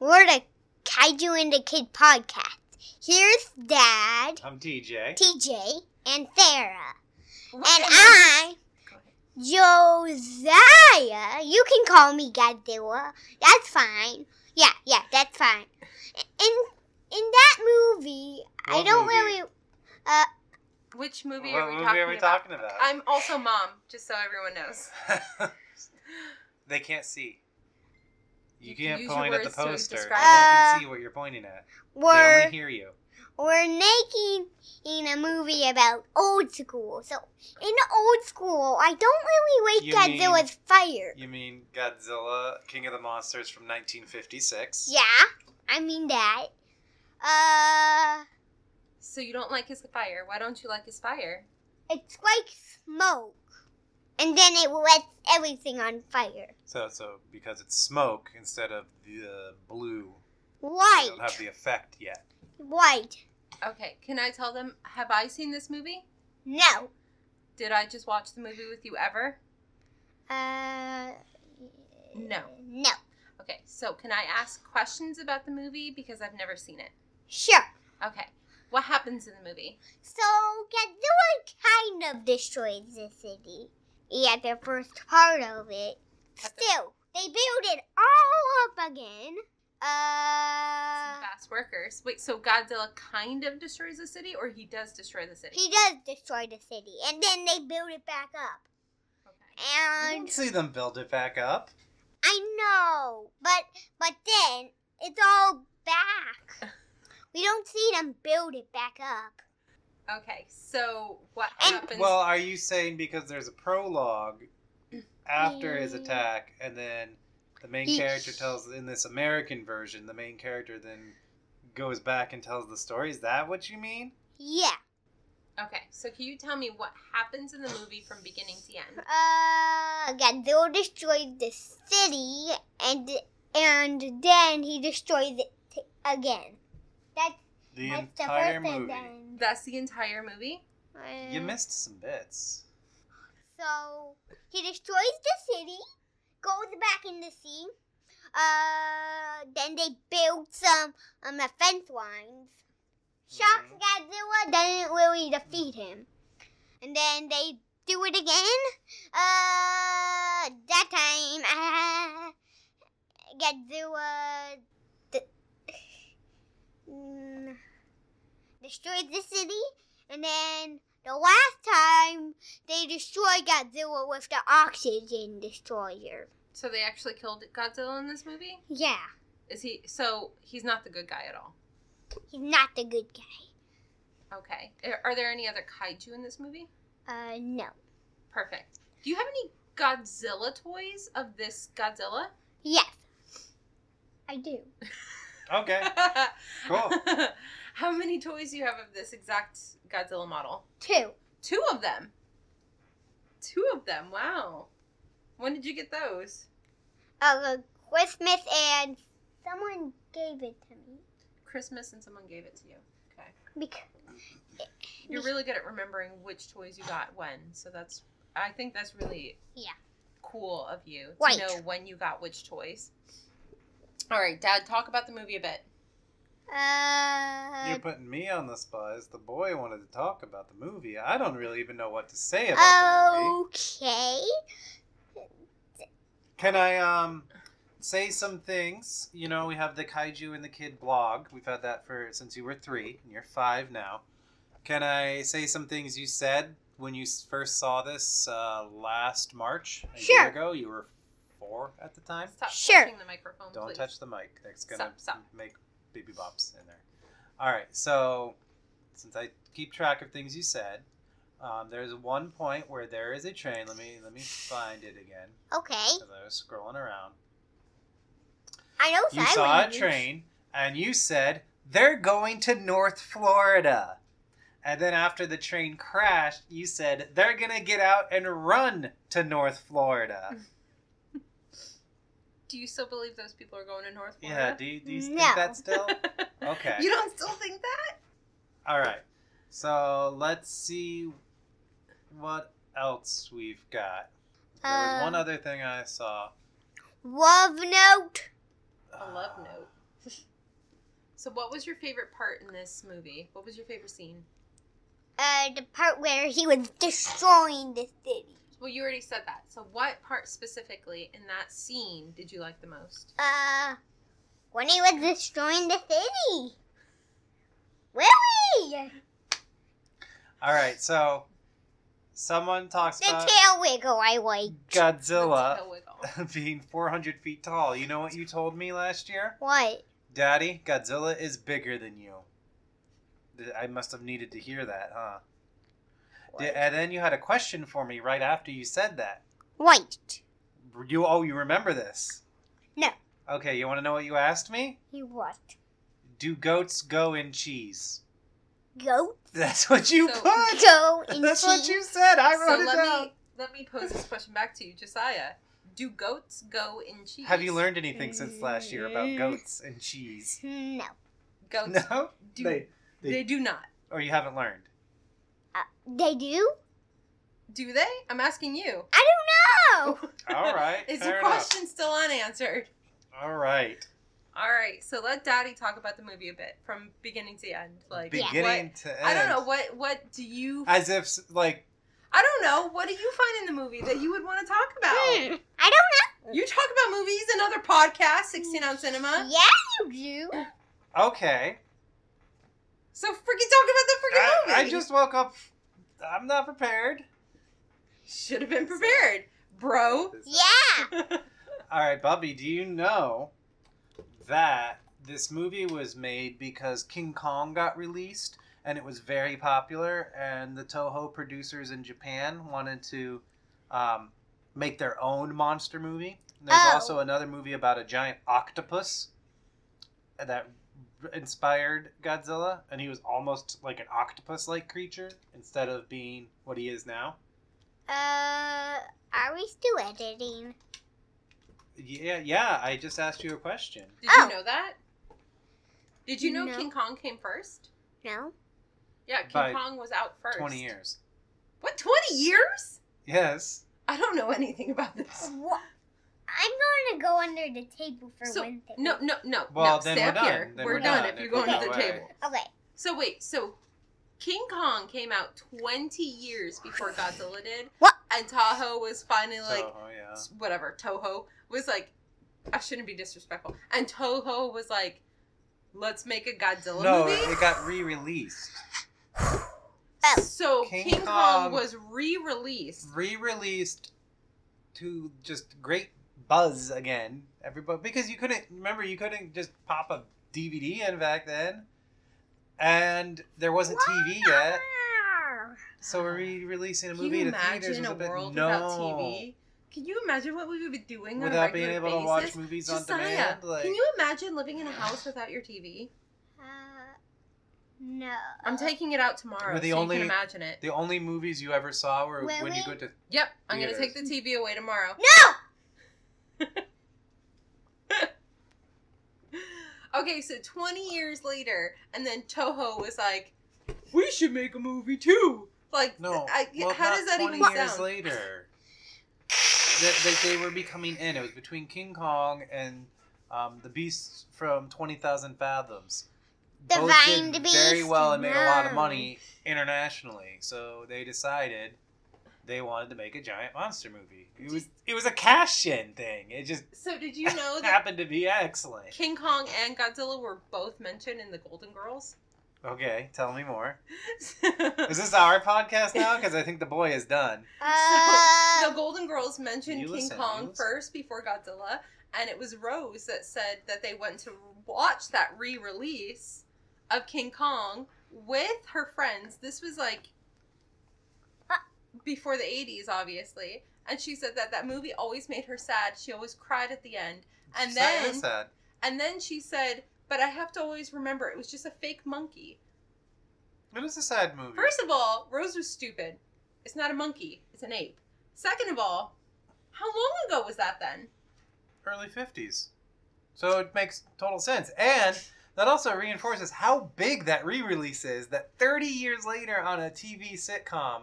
We're the Kaiju and the Kid podcast. Here's Dad, I'm TJ. TJ, and Farah. Look And at that. I, Josiah. You can call me Godzilla. That's fine. Yeah, yeah, that's fine. In in that movie, I What don't movie? really. Which movie what are we movie talking are we about? talking about? I'm also mom, just so everyone knows. they can't see. You You can't use your point at the words poster. to No one describe it. can Uh, see what you're pointing at. They We're only hear you. we're making a movie about old school. So in old school, I don't really You like Godzilla's fire. You mean Godzilla, King of the Monsters from 1956? Yeah, I mean that. Uh, So you don't like his fire. Why don't you like his fire? it's like smoke, and then it lets everything on fire. So, so because it's smoke instead of the blue, they White, don't have the effect yet. white. Okay, can I tell them, have I seen this movie? No. Did I just watch the movie with you ever? Uh. No. No. Okay, so can I ask questions about the movie because I've never seen it? Sure. Okay, what happens in the movie? So Godzilla kind of destroys the city. Yeah, the first part of it. At the- Still, they build it all up again. Some Uh. fast workers. Wait, so Godzilla kind of destroys the city, or he does destroy the city? He does destroy the city, and then they build it back up. Okay. You And don't see them build it back up. I know, but but then it's all back. We don't see them build it back up. Okay, so what And- happens? Well, are you saying because there's a prologue after his Mm. attack, and then the main He- character tells in this American version, the main character then goes back and tells the story? Is that what you mean? Yeah. okay, so can you tell me what happens in the movie from beginning to end? Uh, Godzilla destroys the city, and and then he destroys it t- again. That's The that's the entire first and movie. then- That's the entire movie. uh, You missed some bits. So he destroys the city, goes back in the sea. Uh, then they build some um the fence lines. Shock Mhm. Godzilla doesn't really defeat him, and then they do it again. Uh, that time uh, Godzilla d- mm, destroys the city, and then the last time they destroy Godzilla with the oxygen destroyer. So they actually killed Godzilla in this movie? Yeah, Is he so he's not the good guy at all? he's not the good guy. Okay. Are- Are there any other kaiju in this movie? Uh, no. Perfect. Do you have any Godzilla toys of this Godzilla? Yes, I do. Okay, cool. How many toys do you have of this exact Godzilla model? Two. Two of them. Two of them. Wow. When did you get those? Uh, Christmas and someone gave it to me Christmas and someone gave it to you. Okay. because You're really good at remembering which toys you got when. So that's I think that's really Yeah. cool of you to Right. know when you got which toys. All right, Dad, talk about the movie a bit. uh. You're putting me on the spot. As the boy wanted to talk about the movie. I don't really even know what to say about the Oh, movie. Okay. Can I um say some things? You know, we have the Kaiju and the Kid blog. We've had that for since you were three, and you're five now. Can I say some things you said when you s- first saw this uh, last March a Sure. year ago? You were four at the time. Stop Sure. touching the microphone, Don't please. touch the mic. It's gonna Stop, stop. make baby bops in there. All right. So since I keep track of things you said, um, there's one point where there is a train. Let me let me find it again Okay. because I was scrolling around. I know You sign saw a language. train and you said, they're going to North Florida. And then after the train crashed, you said, they're going to get out and run to North Florida. Do you still believe those people are going to North Yeah, Florida? do you, do you No. think that still? Okay. You don't still think that? All right. So let's see what else we've got. There was Uh, one other thing I saw. Love note. Uh, A love note. So, what was your favorite part in this movie? What was your favorite scene? Uh, the part where he was destroying the city. Well, you already said that. So, what part specifically in that scene did you like the most? Uh, when he was destroying the city. Willie! All right, so someone talks The Uh, about tail wiggle I like. The Godzilla tail wiggle. being 400 feet tall. You know what you told me last year? What? Daddy, Godzilla is bigger than you. Th- I must have needed to hear that, huh? D- What? And then you had a question for me right after you said that. White. You oh, you remember this? No. Okay, you want to know what you asked me? He what? Do goats go in cheese? Goat? That's what you So- put. Go in That's what cheese. you said. I wrote so it let down. me let me pose this question back to you, Josiah. Do goats go in cheese? Have you learned anything since last year about goats and cheese? No. goats? No, Do, they, they, do not. or you haven't learned. Uh, they do? Do they? I'm asking you. I don't know. All right, Is fair your enough. question still unanswered? All right, All right. So let Daddy talk about the movie a bit from beginning to end. Like beginning to end. what, I don't know what what do you As if s- like I don't know what do you find in the movie that you would want to talk about? Hmm. I don't You talk about movies and other podcasts, 16 on know. Cinema. Yeah, you do. okay, So freaking talk about I, the freaking movie. I just woke up. I'm not prepared. should have been prepared, bro. Yeah. All right, Bubby. Do you know that this movie was made because King Kong got released and it was very popular, and the Toho producers in Japan wanted to um, make their own monster movie. There's Oh. also another movie about a giant octopus that inspired Godzilla, and he was almost like an octopus-like creature instead of being what he is now. Uh, are we still editing? Yeah, yeah. I just asked you a question. Did Oh. you know that? Did you know No. King Kong came first? No. Yeah, King By Kong was out first. Twenty years. What? Twenty years? Yes. I don't know anything about this. What? I'm going to go under the table for So, one thing. No, no, no. Well, no, then stay we're up done. here. Then we're, we're done done if if you're we going to go the away. table. Okay. So wait, so King Kong came out 20 years before Godzilla did. What? And Tahoe was finally like, Toho, yeah. s- whatever, Toho was like, I shouldn't be disrespectful. And Toho was like, let's make a Godzilla No, movie. it got re-released. Oh. So King, King Kong, Kong- was re-released. Re-released to just great buzz again. Everybody because you couldn't remember you couldn't just pop a DVD in back then. And there wasn't TV yet, so we're re-releasing a Can movie to you theaters imagine was a a bit world no. without TV? Can you imagine what we would be doing on a Without regular being able basis? to watch movies on Josiah, demand, like can you imagine living in a house without your TV? Uh, no. I'm taking it out tomorrow, Uh, We're the so only- you can imagine it. the only movies you ever saw were Were when you we? go to Yep, I'm gonna Theaters. take the TV away tomorrow. No! Okay, so 20 years later, and then Toho was like, "We should make a movie too." Like, No, I, well, how not does that 20 even years sound? later? that, that they were becoming in. It was between King Kong and um, the Beast from Twenty Thousand Fathoms. Both Divine did the very Beast, well and made a lot of no. money internationally. So they decided they wanted to make a giant monster movie. It was it was a cash in thing. It just So did you know that happened to be excellent. King Kong and Godzilla were both mentioned in the Golden Girls? Okay, tell me more. Is the this our podcast now? Because I think the boy is done. Uh, Golden Girls mentioned You King listen, you Kong listen. first before Godzilla, and it was Rose that said that they went to watch that re-release of King Kong with her friends. This was like before the 80s obviously and she said that that movie always made her sad she always cried at the end And Sad, then- that's sad. and then she said but i have to always remember it was just a fake monkey it was a sad movie. first of all rose was stupid it's not a monkey it's an ape second of all how long ago was that then early 50s. So it makes total sense. And that also reinforces how big that re release is that 30 years later on a TV sitcom,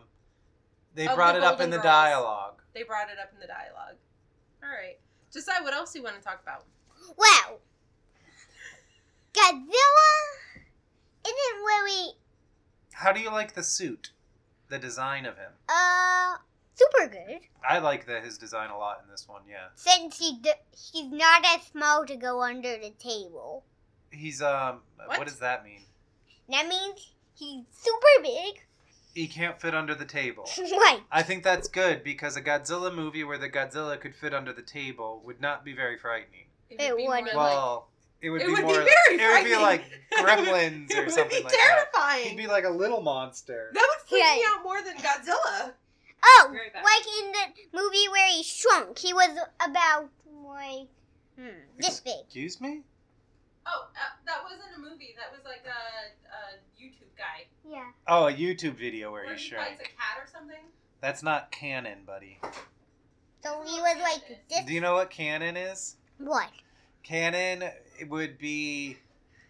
they Of brought the it up in Golden the Girls. dialogue. they brought it up in the dialogue all right decide what else you want to talk about Well, Godzilla How do you like the suit? The design of him. Uh, super good. I like the, his design a lot in this one. Yeah, Since he d- he's not as small to go under the table. he's um. What? What? does that mean? That means he's super big. He can't fit under the table. right. I think that's good because a Godzilla movie where the Godzilla could fit under the table would not be very frightening. It be more wouldn't. like- Well, it would It be would be more. very it would be frightening. like It Gremlins would or something be like that. terrifying. He'd be like a little monster. that would freak me Yeah. out more than Godzilla. Oh, Very bad. like in the movie where he shrunk, he was about like hmm, this big. Excuse me. Oh, uh, that wasn't a movie. That was like a, a YouTube guy Yeah. Oh, a YouTube video where where he he fights a shrank. cat or something. That's not canon, buddy. So he was like this. Do you know what canon is? What? Canon would be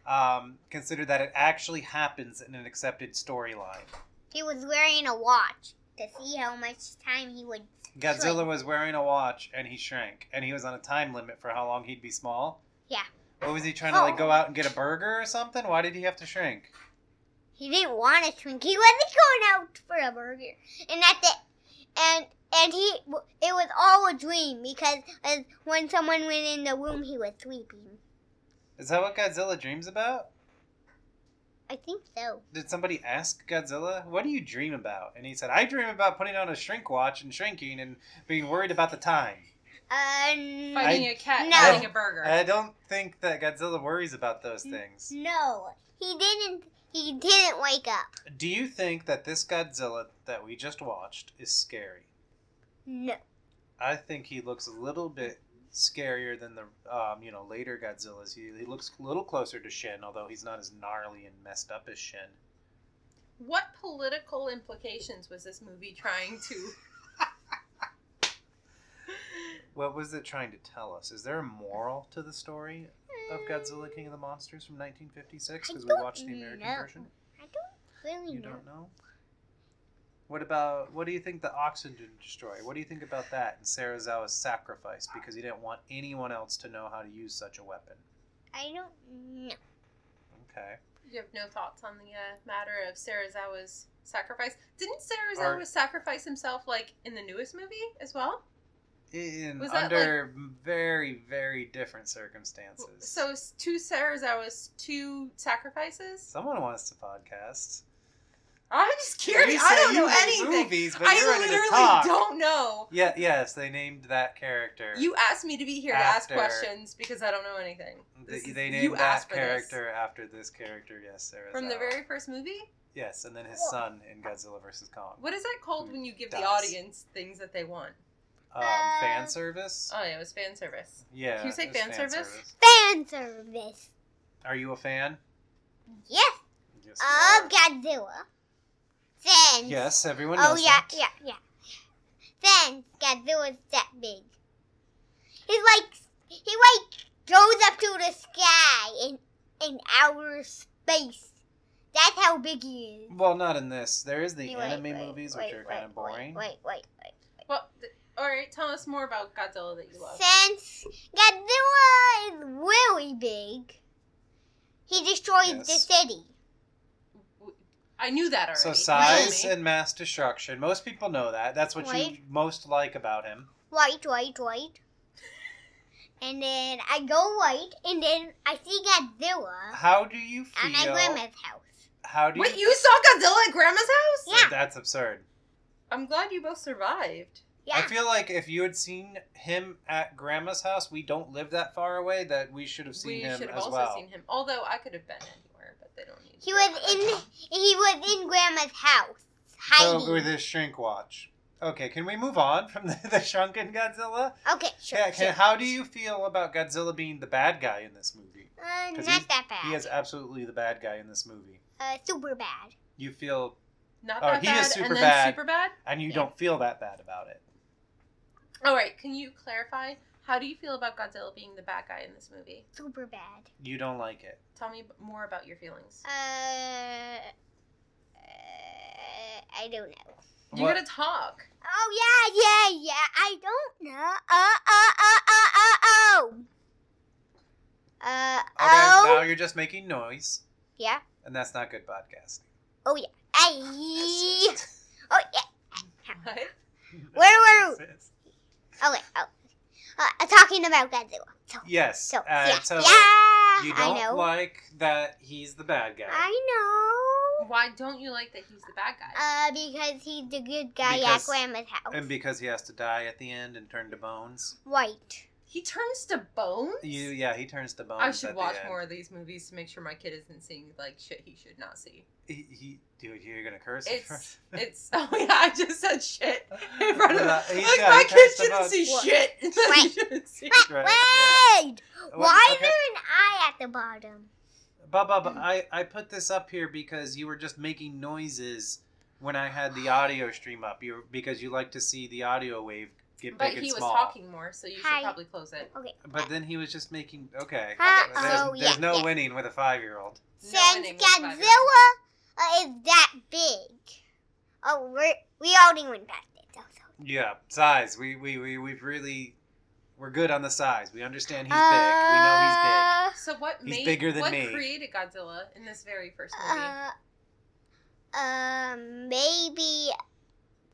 um, considered that it actually happens in an accepted storyline. He was wearing a watch to see how much time he would. Godzilla Shrink. was wearing a watch and he shrank, and he was on a time limit for how long he'd be small. Yeah. What was he trying to like go out and get a burger or something? Why did he have to shrink? He didn't want to shrink. He wasn't going out for a burger. And at the and and he it was all a dream because as when someone went in the room, he was sleeping. Is that what Godzilla dreams about? I think so. Did somebody ask Godzilla, "What do you dream about?" And he said, "I dream about putting on a shrink watch and shrinking and being worried about the time." Um. Fighting a cat and No. having a burger. I don't think that Godzilla worries about those things. No, he didn't. He didn't wake up. Do you think that this Godzilla that we just watched is scary? No. I think he looks a little bit scarier than the um, you know later Godzillas. He, he looks a little closer to Shin, although he's not as gnarly and messed up as Shin. what political implications was this movie trying to? What was it trying to tell us? Is there a moral to the story of Godzilla King of the Monsters from 1956? I Because we don't watched the American know. version. I don't really You know. don't know. What about what do you think the oxygen destroyer? What do you think about that and Sarazawa's sacrifice because he didn't want anyone else to know how to use such a weapon? I don't know. Okay. You have no thoughts on the uh, matter of Sarazawa's sacrifice. Didn't Sarazawa Or- sacrifice himself like in the newest movie as well? in Was that, under very very different circumstances. So s- two Sarazawas, two sacrifices. someone wants to podcast. I'm just curious. You I say don't you know hate anything. Movies, but I you're ready to literally talk. don't know. Yeah, yes, they named that character. You asked me to be here After- to ask questions because I don't know anything. they, This is- they named you that asked for this. character after this character. Yes, Sarazawa. from the very first movie. yes, and then his son in Godzilla vs Kong. What is that called Who when you give dies. the audience things that they want? Um, Uh, fan service. Oh yeah, it was fan service. yeah. can you say it's fan service? Fan service. Are you a fan? Yes, Yes. you of are. Godzilla. Thanks. Yes, everyone knows. Oh yeah, that. yeah, yeah. Thanks, Godzilla's that big. He's like he like goes up to the sky in in outer space. That's how big he is. Well, not in this. There is the Wait, anime wait, movies, wait, which are wait, kind of boring. Wait, wait, wait. Well, th- all right, tell us more about Godzilla that you love. Since Godzilla is really big, he destroyed the Yes. city. I knew that already. So Tell size me. and mass destruction. Most people know that. That's what you Right. most like about him. Right, right, right. And then I go right, and then I see Godzilla How do you at my feel? grandma's house. How do you? Wait, you saw Godzilla at Grandma's house? Yeah. That's absurd. I'm glad you both survived. I Yeah, feel like if you had seen him at grandma's house, we don't live that far away. That we should have seen we him should have as also well. seen him. Although I could have been anywhere, but they don't need. he to was know in that. he was in grandma's house So with hiding. his shrink watch. Okay, can we move on from the, the shrunken Godzilla? Okay, sure. Yeah, can, sure. how do you feel about Godzilla being the bad guy in this movie? Uh, 'Cause he's- not that He is bad. absolutely the bad guy in this movie. Uh, super bad. You feel, Not Oh, that he bad, is super and then bad. super bad. and you Yeah. don't feel that bad about it. All right, can you clarify? How do you feel about Godzilla being the bad guy in this movie? Super bad. You don't like it. Tell me b- more about your feelings. Uh, uh, I don't know. You What- gotta talk. Oh yeah, yeah, yeah. I don't know. Uh, uh, uh, uh, uh, oh. Uh, Okay, now oh. you're just making noise, Yeah. and that's not good podcasting. Oh yeah. Hey. Oh yeah. What? Where were- Oh wait. Oh. Uh, talking about Godzilla. So, Yes. so uh, yeah. so yeah. I you don't know. like that he's the bad guy. I know. Why don't you like that he's the bad guy? Uh, because he's the good guy Because- at Grandma's house. and because he has to die at the end and turn to bones. right. he turns to bones. You yeah, he turns to bones. I should at watch the end. more of these movies to make sure my kid isn't seeing like shit he should not see. He, he dude, you're gonna curse. It's it's oh yeah, I just said shit in front of uh, Yeah, like he's got- my he kid turns to shouldn't bones. see What? shit. He Right. shouldn't see. Wait, Right, wait. What- Why is okay. there an eye at the bottom? Bob, Bob, I, I put this up here because you were just making noises when I had the audio stream up. You were- because you like to see the audio wave get But big and he was small. talking more, so you should Hi. probably close it. But then he was just making okay. Huh? there's Oh, there's yeah, no yeah. winning with a five year old. No Since enemy spider. Godzilla uh, is that big. Oh, we're, we already went past it. So, so. Yeah, size. We we we we've really we're good on the size. We understand he's Uh, So what He's made bigger than what me. created Godzilla in this very first movie? Uh, uh, maybe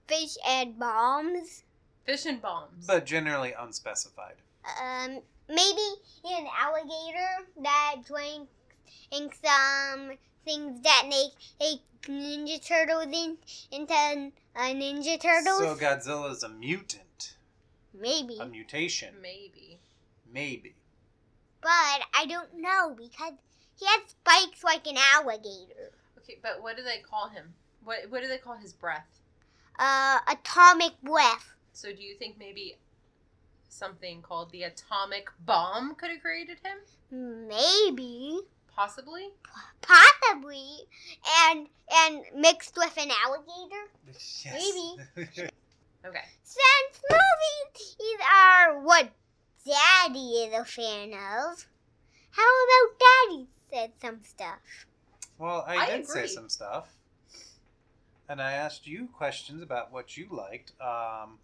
fish and bombs. Fish and big, bombs. but generally unspecified. Um, maybe an alligator that drinks in some things that make make Ninja Turtles in, into uh, Ninja Turtles. So Godzilla's a mutant, maybe. a mutation, Maybe. maybe. But I don't know because he has spikes like an alligator. Okay, but what do they call him? What what do they call his breath? Uh, atomic breath. So do you think maybe something called the atomic bomb could have created him? Maybe, Possibly? possibly, and and mixed with an alligator. Yes. Maybe. Okay. Since movies these are what Daddy is a fan of, how about Daddy said some stuff? Well, I, I did say agree. some stuff, and I asked you questions about what you liked. Um,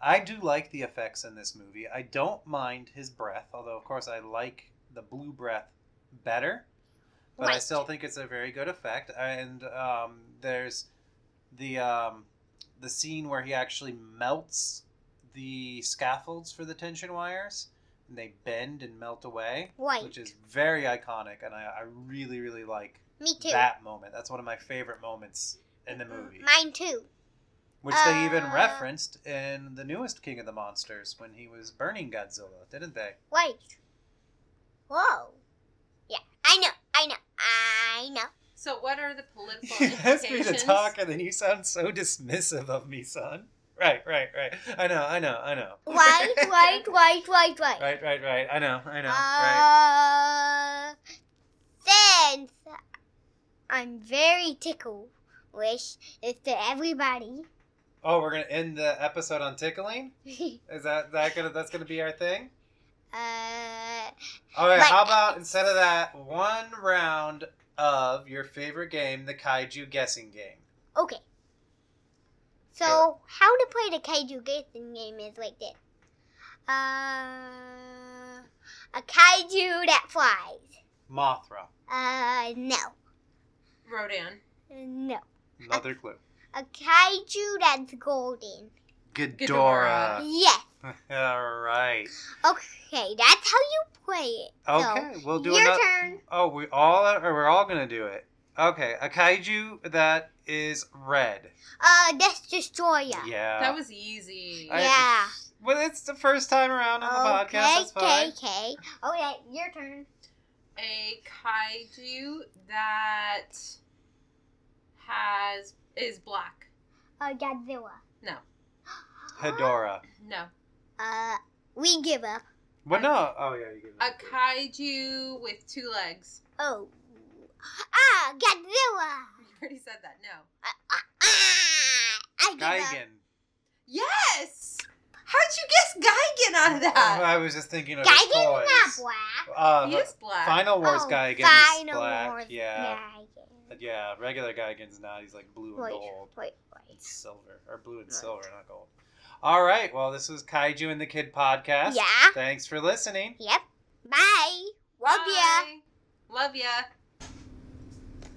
I do like the effects in this movie. I don't mind his breath, although of course I like the blue breath better. But I Right. still think it's a very good effect. And um, there's the um, the scene where he actually melts the scaffolds for the tension wires, and they bend and melt away, Right. which is very iconic. And I, I really, really like Me too. that moment. That's one of my favorite moments in the movie, Mine too. which they even Uh, referenced in the newest King of the Monsters when he was burning Godzilla, didn't they? Wait. Whoa. Yeah, I know. I know. I know. So what are the political You asked me to implications? talk, and then you sound so dismissive of me, son. Right, right, right. I know, I know, I know. Right, right, right, right, right. right, right, right. I know, I know. right. Uh, since I'm very ticklish it's to everybody. Oh, we're gonna end the episode on tickling. Is that that gonna that's gonna be our thing? uh, All right. how Like- about instead of that, one round of your favorite game, the kaiju guessing game. okay. So how to play the kaiju guessing game is like this. Uh, a kaiju that flies. Mothra. Uh, no, Rodan. no. Another clue. A kaiju that's golden. Uh. Ghidorah. Yes. All right. Okay, that's how you play it. Okay, we'll do your another. turn. Oh, we all are, we're all gonna do it. Okay, a kaiju that is red. Uh, Death Destroyer. Yeah. That was easy. Uh, I- Yeah. Well, it's the first time around on the okay, podcast. That's okay, fine. okay. Okay, your turn. a kaiju that has is black. Uh, Godzilla. No. Hedora. No. Uh, we give up. Well, no. Oh yeah, you A get it. kaiju with two legs. Oh. Ah, Godzilla. You already said that. No. Ah, I give up. Gigan. Yes. How'd you guess Gigan out of Oh, that? I was just thinking of his Gigan's not toys. black. Uh, he is black. Final Wars oh, Gigan is Final black. Wars yeah. Gigan. Yeah. Regular Gigan's not. He's like blue and Wait, gold. wait, and wait. silver or blue and Right. silver, not gold. All right. Well, this was Kaiju and the Kid podcast. Yeah. Thanks for listening. Yep. Bye. Love ya. Bye. Love ya.